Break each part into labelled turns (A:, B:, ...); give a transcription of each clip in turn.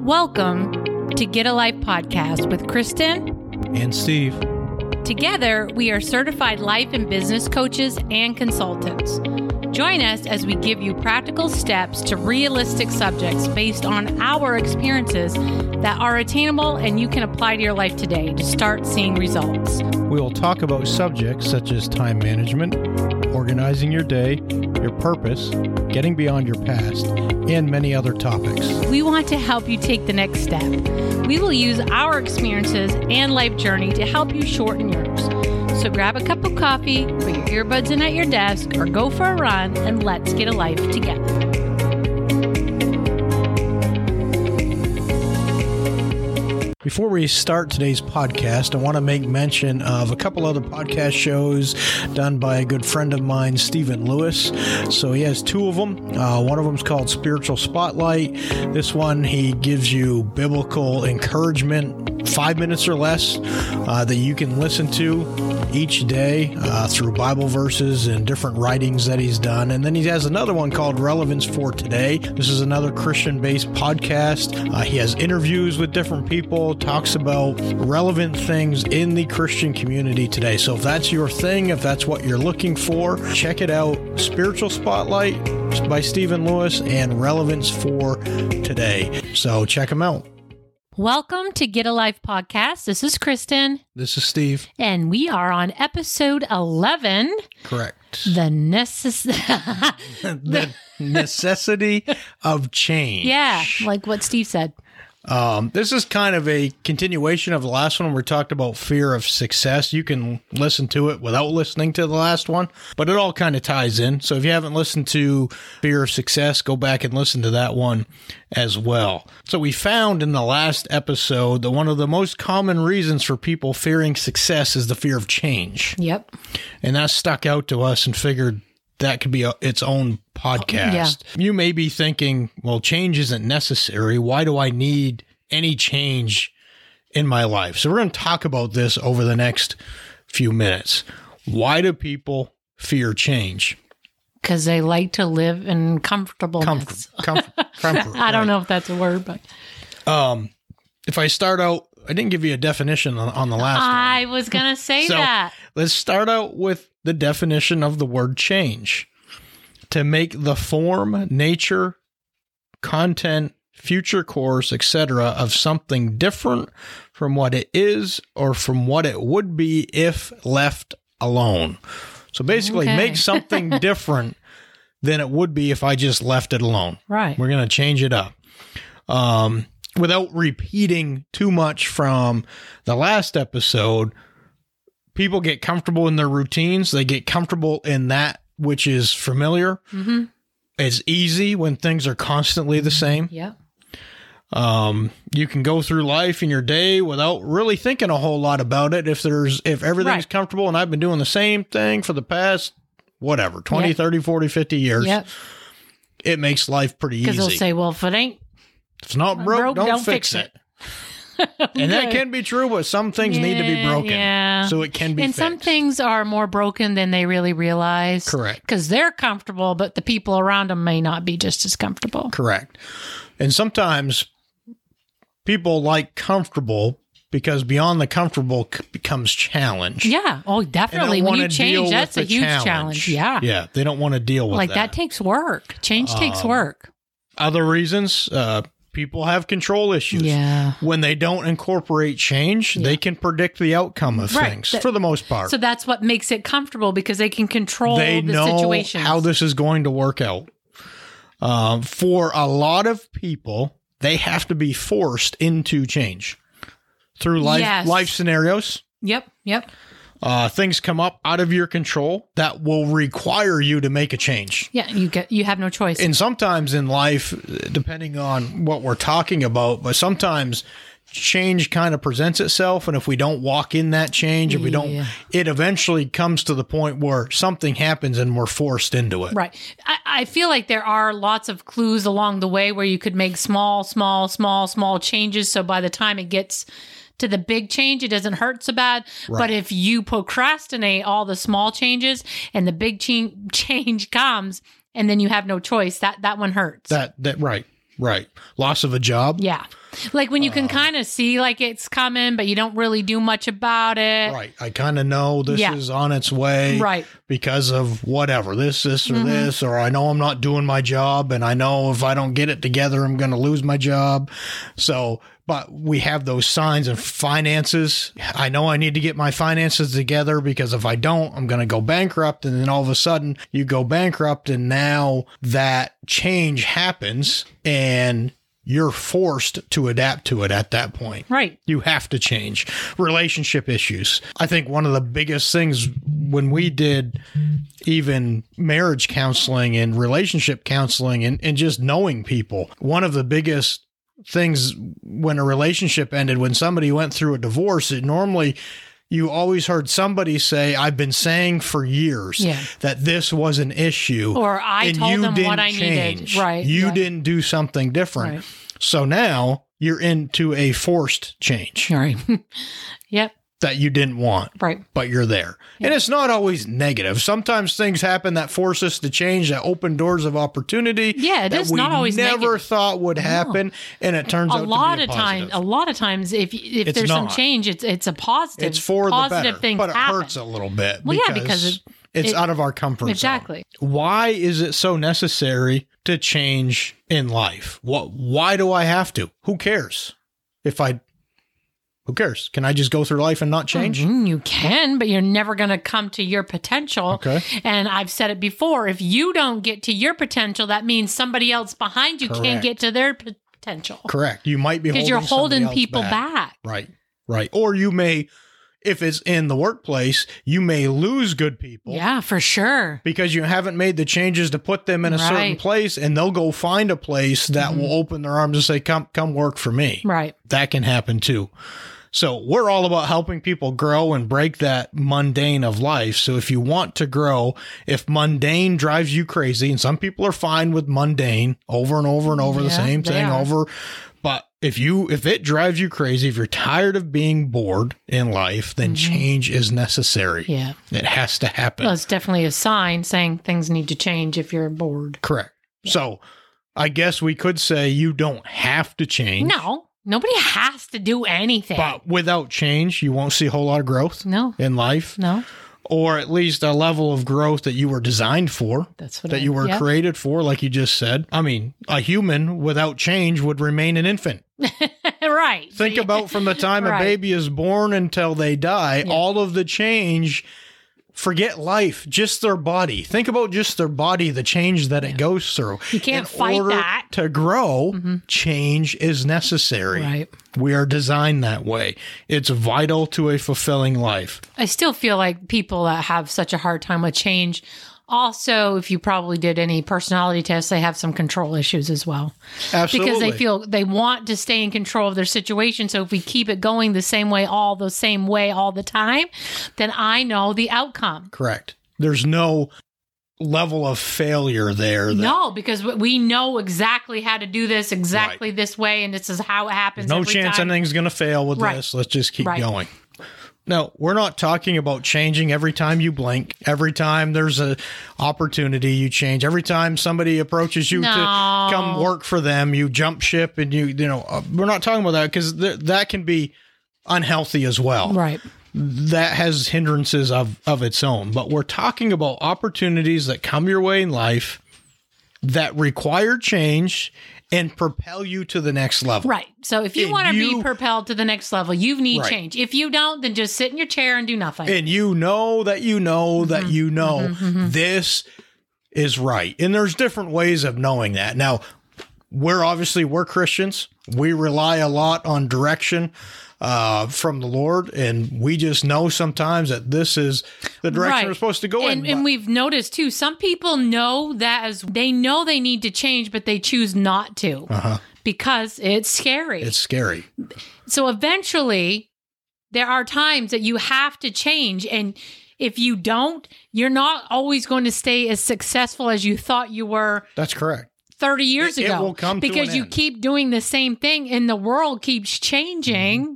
A: Welcome to Get a Life Podcast with Kristen.
B: And Steve.
A: Together, we are certified life and business coaches and consultants. Join us as we give you practical steps to realistic subjects based on our experiences that are attainable and you can apply to your life today to start seeing results.
B: We will talk about subjects such as time management, organizing your day, your purpose, getting beyond your past, and many other topics.
A: We want to help you take the next step. We will use our experiences and life journey to help you shorten yours. So grab a cup of coffee, put your earbuds in at your desk, or go for a run and let's get a life together.
B: Before we start today's podcast, I want to make mention of a couple other podcast shows done by a good friend of mine, Stephen Lewis. So he has two of them. Uh, one of them is called Spiritual Spotlight. This one, he gives you biblical encouragement, five minutes or less, uh, that you can listen to each day uh, through Bible verses and different writings that he's done. And then he has another one called Relevance for Today. This is another Christian based podcast. Uh, he has interviews with different people, talks about relevant things in the Christian community today. So if that's your thing, if that's what you're looking for, check it out Spiritual Spotlight by Stephen Lewis and Relevance for Today. So check him out.
A: Welcome to Get a Life Podcast. This is Kristen,
B: This is Steve.
A: and we are on episode 11
B: Correct.
A: The Necessary.
B: the necessity of change.
A: yeah, like what Steve said.
B: Um, this is kind of a continuation of the last one. where We talked about fear of success. You can listen to it without listening to the last one, but it all kind of ties in. So if you haven't listened to fear of success, go back and listen to that one as well. So we found in the last episode that one of the most common reasons for people fearing success is the fear of change,
A: Yep.
B: and that stuck out to us and figured. That could be a, its own podcast. You may be thinking, well, change isn't necessary. Why do I need any change in my life? So, we're going to talk about this over the next few minutes. Why do people fear change?
A: Because they like to live in comfortableness.
B: Comfort. comfort, comfort
A: I
B: right.
A: don't know if that's a word, but
B: If I start out, I didn't give you a definition on, on the last one.
A: I was going to say
B: So-
A: that.
B: Let's start out with the definition of the word change to make the form, nature, content, future course, etc. of something different from what it is or from what it would be if left alone. So basically,
A: Okay.
B: make something different than it would be if I just left it alone.
A: Right.
B: We're going to change it up. Um, without repeating too much from the last episode, people get comfortable in their routines. They get comfortable in that which is familiar.
A: Mm-hmm.
B: It's easy when things are constantly the same.
A: Yep.
B: Um, you can go through life in your day without really thinking a whole lot about it. If there's, if everything's
A: Right.
B: comfortable and I've been doing the same thing for the past, whatever, 20,
A: Yeah.
B: 30, 40, 50 years,
A: Yep.
B: it makes life pretty
A: Because they'll
B: easy.
A: say, well, if it ain't
B: If it's not broke, don't, fix it. And that
A: Okay.
B: can be true, but some things need to be
A: Yeah,
B: broken.
A: yeah.
B: So it can be
A: and
B: fixed.
A: some things are more broken than they really realize.
B: Correct.
A: Because they're comfortable, but the people around them may not be just as comfortable.
B: Correct. And sometimes people like comfortable because beyond the comfortable c- becomes challenge.
A: Yeah. Oh,
B: And they
A: definitely. When
B: wanna
A: you
B: deal
A: change,
B: with
A: that's a
B: the
A: huge challenge. Yeah.
B: Yeah. They don't want to deal with
A: Like that. takes work. Change takes
B: Um,
A: work.
B: Other reasons, uh, people have control issues.
A: Yeah.
B: When they don't incorporate change, they can predict the outcome of
A: Right.
B: things
A: That-
B: for the most part.
A: So that's what makes it comfortable because they can control
B: they
A: the
B: know
A: situation.
B: how this is going to work out. Um, for a lot of people, they have to be forced into change through life
A: Yes.
B: life scenarios.
A: Yep. Yep.
B: Uh, things come up out of your control that will require you to make a change.
A: Yeah. You get. You have no choice.
B: And sometimes in life, depending on what we're talking about, but sometimes change kind of presents itself. And if we don't walk in that change, if we
A: Yeah.
B: don't, it eventually comes to the point where something happens and we're forced into it.
A: Right. I, I feel like there are lots of clues along the way where you could make small, small, small, small changes. So by the time it gets to the big change, it doesn't hurt so bad. But if you procrastinate all the small changes and the big ch- change comes and then you have no choice, that, that one hurts.
B: That that right, right. Loss of a job.
A: yeah. Like when you
B: Um.
A: can kind of see like it's coming, but you don't really do much about it.
B: Right. I kind of know this
A: Yeah.
B: is on its way
A: Right. Mm-hmm.
B: because of whatever, this, this, or this, or I know I'm not doing my job and I know if I don't get it together, I'm going to lose my job. So, but we have those signs of finances. I know I need to get my finances together because if I don't, I'm going to go bankrupt. And then all of a sudden you go bankrupt and now that change happens and you're forced to adapt to it at that point.
A: Right.
B: You have to change. Relationship issues. I think one of the biggest things when we did even marriage counseling and relationship counseling and, and just knowing people, one of the biggest things when a relationship ended, when somebody went through a divorce, it normally you always heard somebody say, I've been saying for years
A: Yeah.
B: that this was an issue.
A: Or I
B: and
A: told
B: you
A: them what
B: didn't
A: I needed.
B: change.
A: Right,
B: You
A: yeah.
B: didn't do something different.
A: Right.
B: So now you're into a forced change
A: Right. yep.
B: that you didn't want,
A: Right.
B: but you're there. And it's not always negative. Sometimes things happen that force us to change, that open doors of opportunity.
A: Yeah, it
B: that
A: is
B: we
A: not always
B: never
A: negative.
B: thought would happen, and it turns
A: A
B: out
A: lot
B: to be
A: of
B: a
A: times,
B: positive.
A: a lot of times, if if
B: It's
A: there's some
B: not.
A: change, it's it's a positive.
B: it's for the
A: positive
B: better,
A: things
B: but it
A: happen.
B: hurts a little bit.
A: Well, yeah, because it-
B: it's
A: it-
B: out of our comfort zone.
A: Exactly.
B: why is it so necessary to change in life? What why do I have to? Who cares? If I who cares? Can I just go through life and not change?
A: Mm, You can, but you're never going to come to your potential.
B: Okay.
A: And I've said it before if you don't get to your potential, that means somebody else behind you
B: Correct.
A: can't get to their potential
B: Correct. You might be
A: because you're
B: somebody
A: holding
B: else
A: people back.
B: Right. Right. Or you may if it's in the workplace, you may lose good people.
A: Yeah, for sure.
B: Because you haven't made the changes to put them in a certain
A: Right. Mm-hmm.
B: place, and they'll go find a place that will open their arms and say, "Come, come work for me."
A: Right.
B: that can happen too. So we're all about helping people grow and break that mundane of life. So if you want to grow, if mundane drives you crazy, and some people are fine with mundane over and over and over the
A: Yeah,
B: same
A: they
B: thing
A: are.
B: over, but if you if it drives you crazy, if you're tired of being bored in life, then change is necessary.
A: Mm-hmm. Yeah.
B: It has to happen.
A: Well, it's definitely a sign saying things need to change if you're bored.
B: Correct. So I guess we could say you don't have to change.
A: No, nobody has to do anything.
B: But without change, you won't see a whole lot of growth
A: no,
B: in life.
A: no.
B: or at least a level of growth that you were designed for,
A: That's what
B: that
A: I-
B: you were
A: yeah.
B: created for, like you just said. I mean, a human without change would remain an infant.
A: right.
B: Think about from the time a
A: Right.
B: baby is born until they die, all of the change. Forget life, just their body. Think about just their body, the change that it goes through.
A: You can't
B: In
A: fight
B: order
A: that. Mm-hmm.
B: To grow, change is necessary.
A: Right.
B: We are designed that way. It's vital to a fulfilling life.
A: I still feel like people that have such a hard time with change. Also, if you probably did any personality tests, they have some control issues as well
B: Absolutely.
A: because they feel they want to stay in control of their situation. So if we keep it going the same way, all the same way, all the time, then I know the outcome.
B: Correct. There's no level of failure there. That,
A: No, because we- we know exactly how to do this exactly this way, and this is how it happens.
B: no
A: every
B: chance
A: time.
B: anything's going to fail with
A: Right.
B: this. Let's just keep
A: Right.
B: going. No, we're not talking about changing every time you blink, every time there's a opportunity you change, every time somebody approaches you to
A: No.
B: come work for them, you jump ship and you you know, uh, we're not talking about that cuz th- that can be unhealthy as well.
A: Right.
B: that has hindrances of of its own but we're talking about opportunities that come your way in life that require change and propel you to the next level
A: Right. So if you
B: And
A: want to
B: you-
A: be propelled to the next level, you need
B: Right.
A: change. If you don't, then just sit in your chair and do nothing.
B: and you know that you know
A: Mm-hmm.
B: that you know this is right and there's different ways of knowing that now we're obviously we're christians we rely a lot on direction uh, from the lord and we just know sometimes that this is the direction we're supposed to go
A: And,
B: in
A: and we've noticed too, some people know that as they know they need to change, but they choose not to because it's scary.
B: Uh. Uh-huh. it's scary
A: so eventually, there are times that you have to change. And if you don't, you're not always going to stay as successful as you thought you were
B: That's correct.
A: 30 years
B: It- it
A: ago.
B: will come to
A: because
B: an
A: you
B: end.
A: keep doing the same thing and the world keeps changing.
B: Mm-hmm.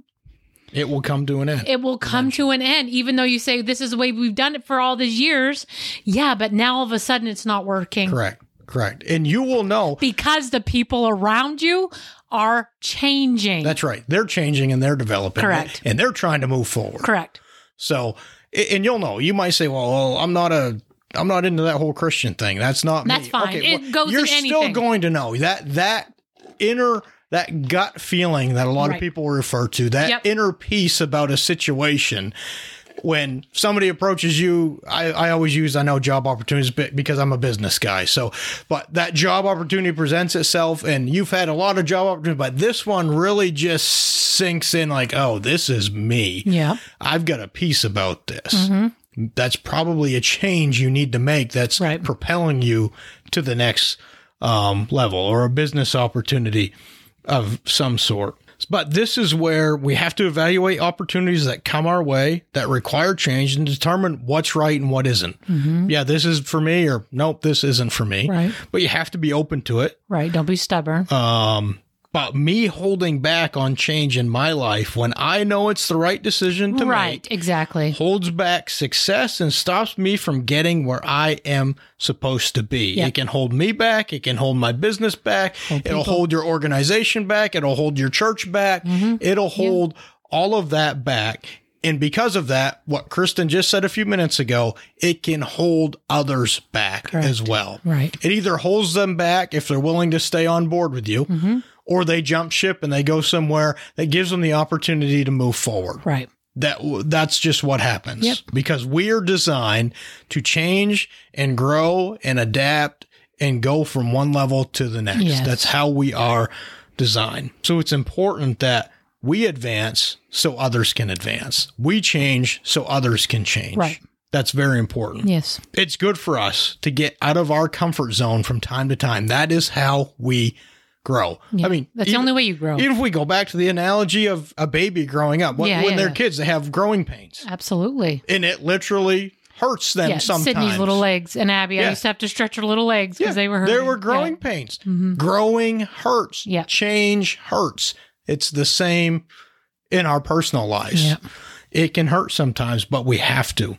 B: It will come to an end.
A: it will come to an end, even though you say this is the way we've done it for all these years. Yeah, but now all of a sudden it's not working.
B: correct. Correct. And you will know.
A: because the people around you are changing.
B: That's right. They're changing and they're developing.
A: Correct.
B: And they're trying to move forward.
A: correct.
B: So, a- and you'll know. You might say, "Well, well, I'm not a, I'm not into that whole Christian thing. That's not
A: That's
B: me."
A: fine. It goes
B: You're
A: in
B: still
A: anything.
B: going to know that that inner that gut feeling that a lot of
A: Right.
B: people refer to that
A: Yep.
B: inner peace about a situation. When somebody approaches you, I, I always use I know job opportunities be- because I'm a business guy. So, but that job opportunity presents itself, and you've had a lot of job opportunities, but this one really just sinks in like, oh, this is me.
A: Yeah. Mm-hmm.
B: I've got a piece about this. That's probably a change you need to make that's
A: Right.
B: propelling you to the next um, level or a business opportunity of some sort. But this is where we have to evaluate opportunities that come our way that require change and determine what's right and what isn't. Yeah, this is for me, or nope, this isn't for me.
A: Mm-hmm. Right.
B: But you have to be open to it.
A: Right. Don't be stubborn.
B: Um, but me holding back on change in my life when I know it's the right decision to make
A: right. Exactly.
B: holds back success and stops me from getting where I am supposed to be.
A: Yeah.
B: It can hold me back. It can hold my business back. It'll hold your organization back. It'll hold your church back. It'll hold all of that back. And because of that, what Kristen just said a few minutes ago, it can hold others back as well.
A: Right.
B: It either holds them back if they're willing to stay on board with you, or they jump ship and they go somewhere that gives them the opportunity to move forward
A: Right.
B: that that's just what happens
A: Yep.
B: because we are designed to change and grow and adapt and go from one level to the next
A: Yes.
B: that's how we are designed so it's important that we advance so others can advance we change so others can change
A: Right.
B: that's very important
A: Yes.
B: it's good for us to get out of our comfort zone from time to time that is how we grow i mean
A: That's the
B: even-
A: only way you grow.
B: even if we go back to the analogy of a baby growing up, when,
A: Yeah,
B: when
A: yeah,
B: they're
A: yeah.
B: kids, they have growing pains,
A: Absolutely.
B: and it literally hurts them
A: Yeah.
B: sometimes.
A: Sydney's little legs and Abby. I
B: Yeah.
A: used to have to stretch her little legs because
B: Yeah,
A: they were hurting.
B: There were growing
A: Yeah. Mm-hmm.
B: pains. Growing hurts.
A: Yeah.
B: Change hurts. It's the same in our personal lives.
A: Yeah.
B: It can hurt sometimes, but we have to.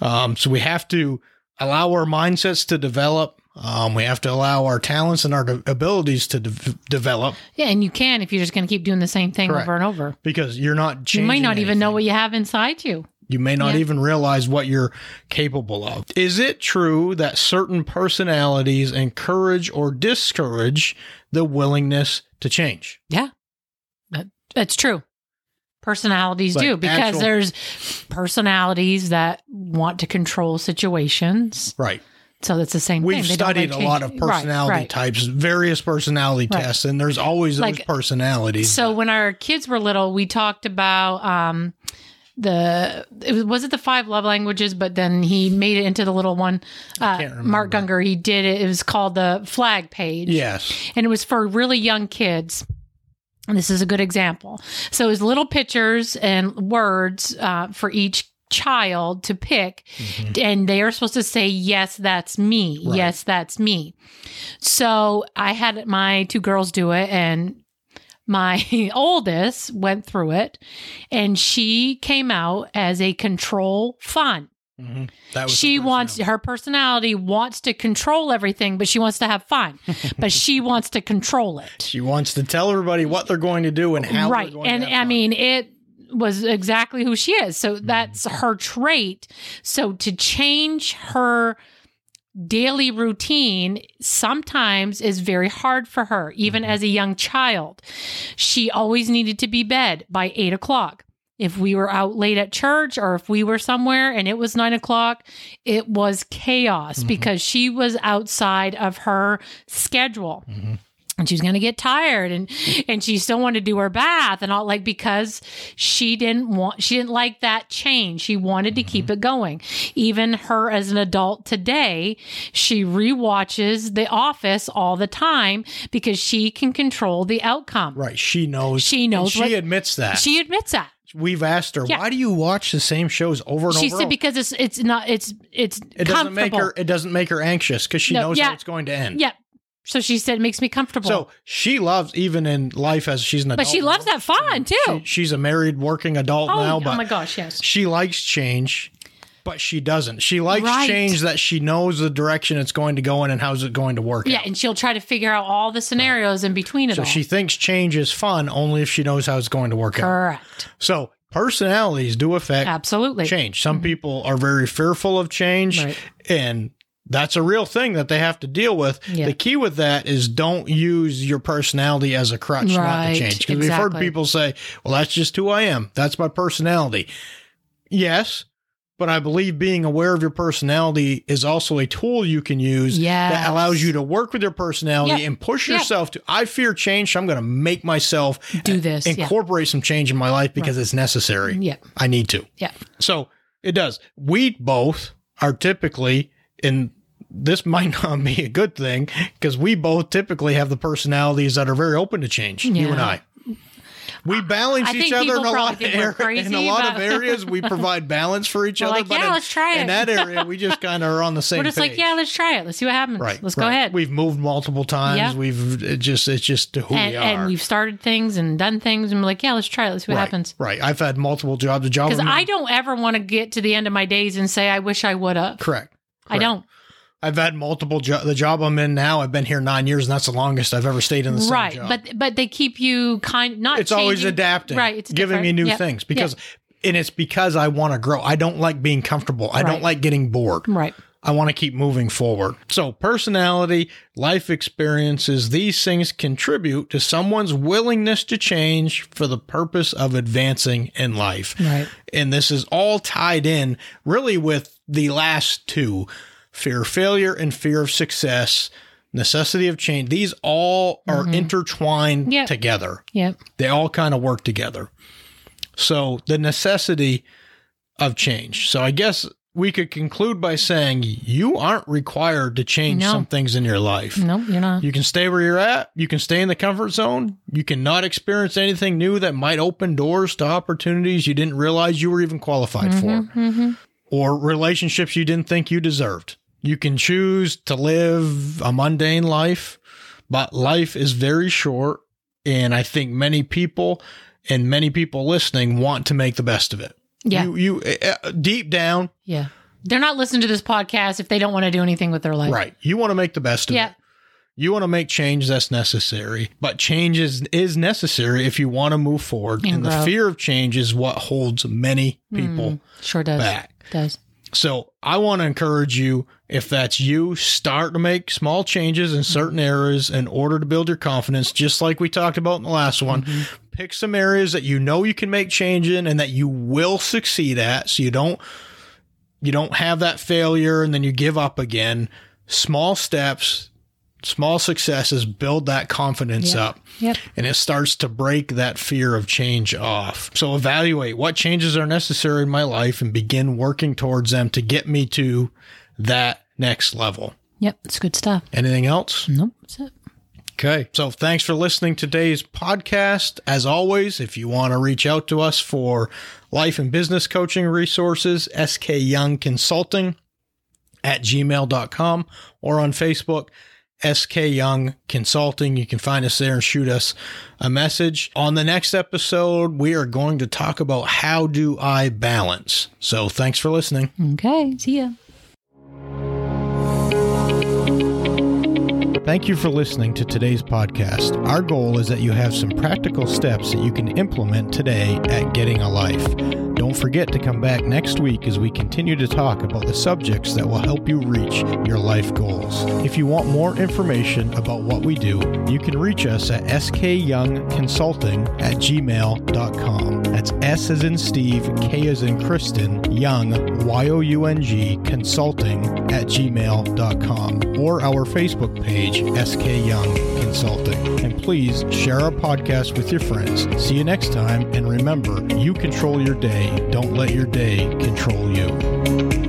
B: Um, so we have to allow our mindsets to develop. Um, we have to allow our talents and our de- abilities to de- develop
A: Yeah. And you can if you're just going to keep doing the same thing
B: Correct.
A: over and over.
B: because you're not
A: You
B: changing.
A: might not even know
B: anything.
A: what you have inside you.
B: You may not
A: Yeah.
B: even realize what you're capable of. Is it true that certain personalities encourage or discourage the willingness to change?
A: Yeah. That, that's true. Personalities
B: Like
A: do because
B: actual-
A: there's personalities that want to control situations.
B: Right.
A: So that's the same
B: We've
A: thing. They don't
B: studied
A: like
B: a lot of
A: change.
B: personality
A: Right, right.
B: types, various personality
A: Right.
B: tests, and there's always those
A: Like,
B: personalities.
A: So when our kids were little, we talked about um, the it was, was it the five love languages, but then he made it into the little one. Uh,
B: can't remember.
A: Mark Gunger, he did it. It was called the flag page.
B: yes.
A: and it was for really young kids. And this is a good example. So it was little pictures and words uh, for each child to pick, and they are supposed to say, "Yes, that's me.
B: Right.
A: Yes, that's me." So I had my two girls do it, and my oldest went through it, and she came out as a control fun
B: Mhm. That was the
A: she wants
B: personality.
A: her personality wants to control everything, but she wants to have fun. but she wants to control it.
B: She wants to tell everybody what they're going to do and how.
A: right.
B: They're going
A: And
B: to have
A: I
B: fun. Mm-hmm.
A: mean, it was exactly who she is. So that's her trait. So to change her daily routine sometimes is very hard for her, even
B: Mm-hmm.
A: as a young child. She always needed to be bed by eight o'clock. If we were out late at church or if we were somewhere and it was nine o'clock, it was chaos
B: Mm-hmm.
A: because she was outside of her schedule. And she was going to get tired and
B: Mm.
A: and she still wanted to do her bath and all like because she didn't want she didn't like that change. She wanted to
B: Mm-hmm.
A: keep it going. Even her as an adult today, she rewatches The Office all the time because she can control the outcome.
B: right. She knows.
A: She knows
B: and She
A: what-
B: admits that.
A: She admits that.
B: We've asked her,
A: Yeah.
B: why do you watch the same shows over and
A: She
B: over?
A: said
B: and over?
A: because it's it's not it's it's
B: It doesn't
A: comfortable.
B: make her. It doesn't make her anxious because she
A: No,
B: knows
A: yeah.
B: how it's going to end.
A: yeah. So she said it makes me comfortable.
B: So she loves even in life as she's an adult.
A: but she loves that fun too.
B: She's a married working adult
A: oh,
B: now,
A: oh
B: but
A: my gosh, yes.
B: she likes change. but she doesn't. She likes
A: Right.
B: change that she knows the direction it's going to go in and how's it going to work.
A: Yeah,
B: out.
A: and she'll try to figure out all the scenarios in between it
B: So
A: all.
B: she thinks change is fun only if she knows how it's going to work out.
A: Correct.
B: So personalities do
A: Uh,
B: affect
A: Absolutely. Mm-hmm.
B: change. Some people are very fearful of change,
A: Right.
B: and that's a real thing that they have to deal with.
A: Yeah.
B: The key with that is don't use your personality as a crutch not to
A: Right,
B: change. Because we've heard
A: exactly.
B: people say, well, that's just who I am. That's my personality. Yes, but I believe being aware of your personality is also a tool you can use
A: Yes.
B: that allows you to work with your personality
A: Yeah.
B: and push
A: Yeah.
B: yourself to, I fear change, so I'm going to make myself
A: Do this. Yeah.
B: incorporate some change in my life because it's necessary.
A: Yeah.
B: I need to.
A: Yeah.
B: So it does. We both are typically, and this might not be a good thing because we both typically have the personalities that are very open to change. You
A: Yeah.
B: and I. We balance
A: I
B: each
A: think
B: other
A: people
B: in a
A: probably
B: lot of
A: think we're
B: areas. in a
A: crazy,
B: lot of
A: but-
B: areas, we provide balance for each
A: We're
B: other.
A: like,
B: but
A: yeah,
B: in,
A: let's try
B: in
A: it.
B: that area, we just kind of are on the same.
A: We're just
B: page.
A: like, yeah, let's try it. Let's see what happens.
B: right.
A: Let's go
B: right.
A: ahead.
B: We've moved multiple times.
A: Yeah.
B: We've it just it's just who
A: and,
B: we are.
A: and we've started things and done things and we're like, yeah, let's try it. Let's see what
B: right,
A: happens.
B: Right. I've had multiple jobs. The job
A: Because
B: I'm-
A: I don't ever want to get to the end of my days and say, I wish I would have.
B: correct.
A: I don't.
B: I've had multiple jo- the job I'm in now. I've been here nine years, and that's the longest I've ever stayed in the same
A: Right.
B: job.
A: But but they keep you kind not
B: it's always
A: changing-
B: adapting,
A: Right. It's
B: giving me
A: different.
B: new
A: Yeah.
B: things because, and it's because I want to grow. I don't like being comfortable. I don't
A: Right. Mm.
B: like getting bored.
A: Right.
B: I want to keep moving forward. So, personality, life experiences, these things contribute to someone's willingness to change for the purpose of advancing in life.
A: Right.
B: And this is all tied in really with the last two fear of failure and fear of success, necessity of change. These all are intertwined
A: Yep.
B: together,
A: Mm-hmm. Yeah.
B: they all kind of work together. So, the necessity of change. So, I guess we could conclude by saying you aren't required to change
A: No.
B: some things in your life.
A: No, you're not.
B: You can stay where you're at. You can stay in the comfort zone. You cannot experience anything new that might open doors to opportunities you didn't realize you were even qualified for
A: hmm
B: or relationships you didn't think you deserved. You can choose to live a mundane life, but life is very short. And I think many people and many people listening want to make the best of it.
A: Yeah.
B: You, you uh, uh, deep down,
A: yeah. They're not listening to this podcast if they don't want to do anything with their life.
B: right. You want to make the best of it.
A: Yeah.
B: You want to make change that's necessary, but change is, is necessary if you want to move forward. And,
A: And
B: the
A: grow. Mm.
B: fear of change is what holds many people
A: Mm-hmm. Sure does.
B: back.
A: Does.
B: So I want to encourage you, if that's you, start to make small changes in certain areas in order to build your confidence, just like we talked about in the last one. Pick some areas that you know you can make change in and that you will succeed at so you don't you don't have that failure and then you give up again. Small steps, small successes build that confidence
A: Yeah.
B: up
A: Yep.
B: and it starts to break that fear of change off. So evaluate what changes are necessary in my life and begin working towards them to get me to that next level.
A: Yep. It's good stuff.
B: Anything else?
A: Nope. That's it.
B: Okay. So thanks for listening to today's podcast. As always, if you want to reach out to us for life and business coaching resources, SK Young Consulting at gmail.com or on Facebook, SK Young Consulting. You can find us there and shoot us a message. On the next episode, we are going to talk about how do I balance. So thanks for listening.
A: Okay. See ya.
B: Thank you for listening to today's podcast. Our goal is that you have some practical steps that you can implement today at Getting a Life. Don't forget to come back next week as we continue to talk about the subjects that will help you reach your life goals. If you want more information about what we do, you can reach us at skyoungconsulting at gmail.com. That's S as in Steve, K as in Kristen, Young, Y O U N G, consulting at gmail.com or our Facebook page, SK Young Consulting. And please share our podcast with your friends. See you next time, and remember, you control your day. Don't let your day control you.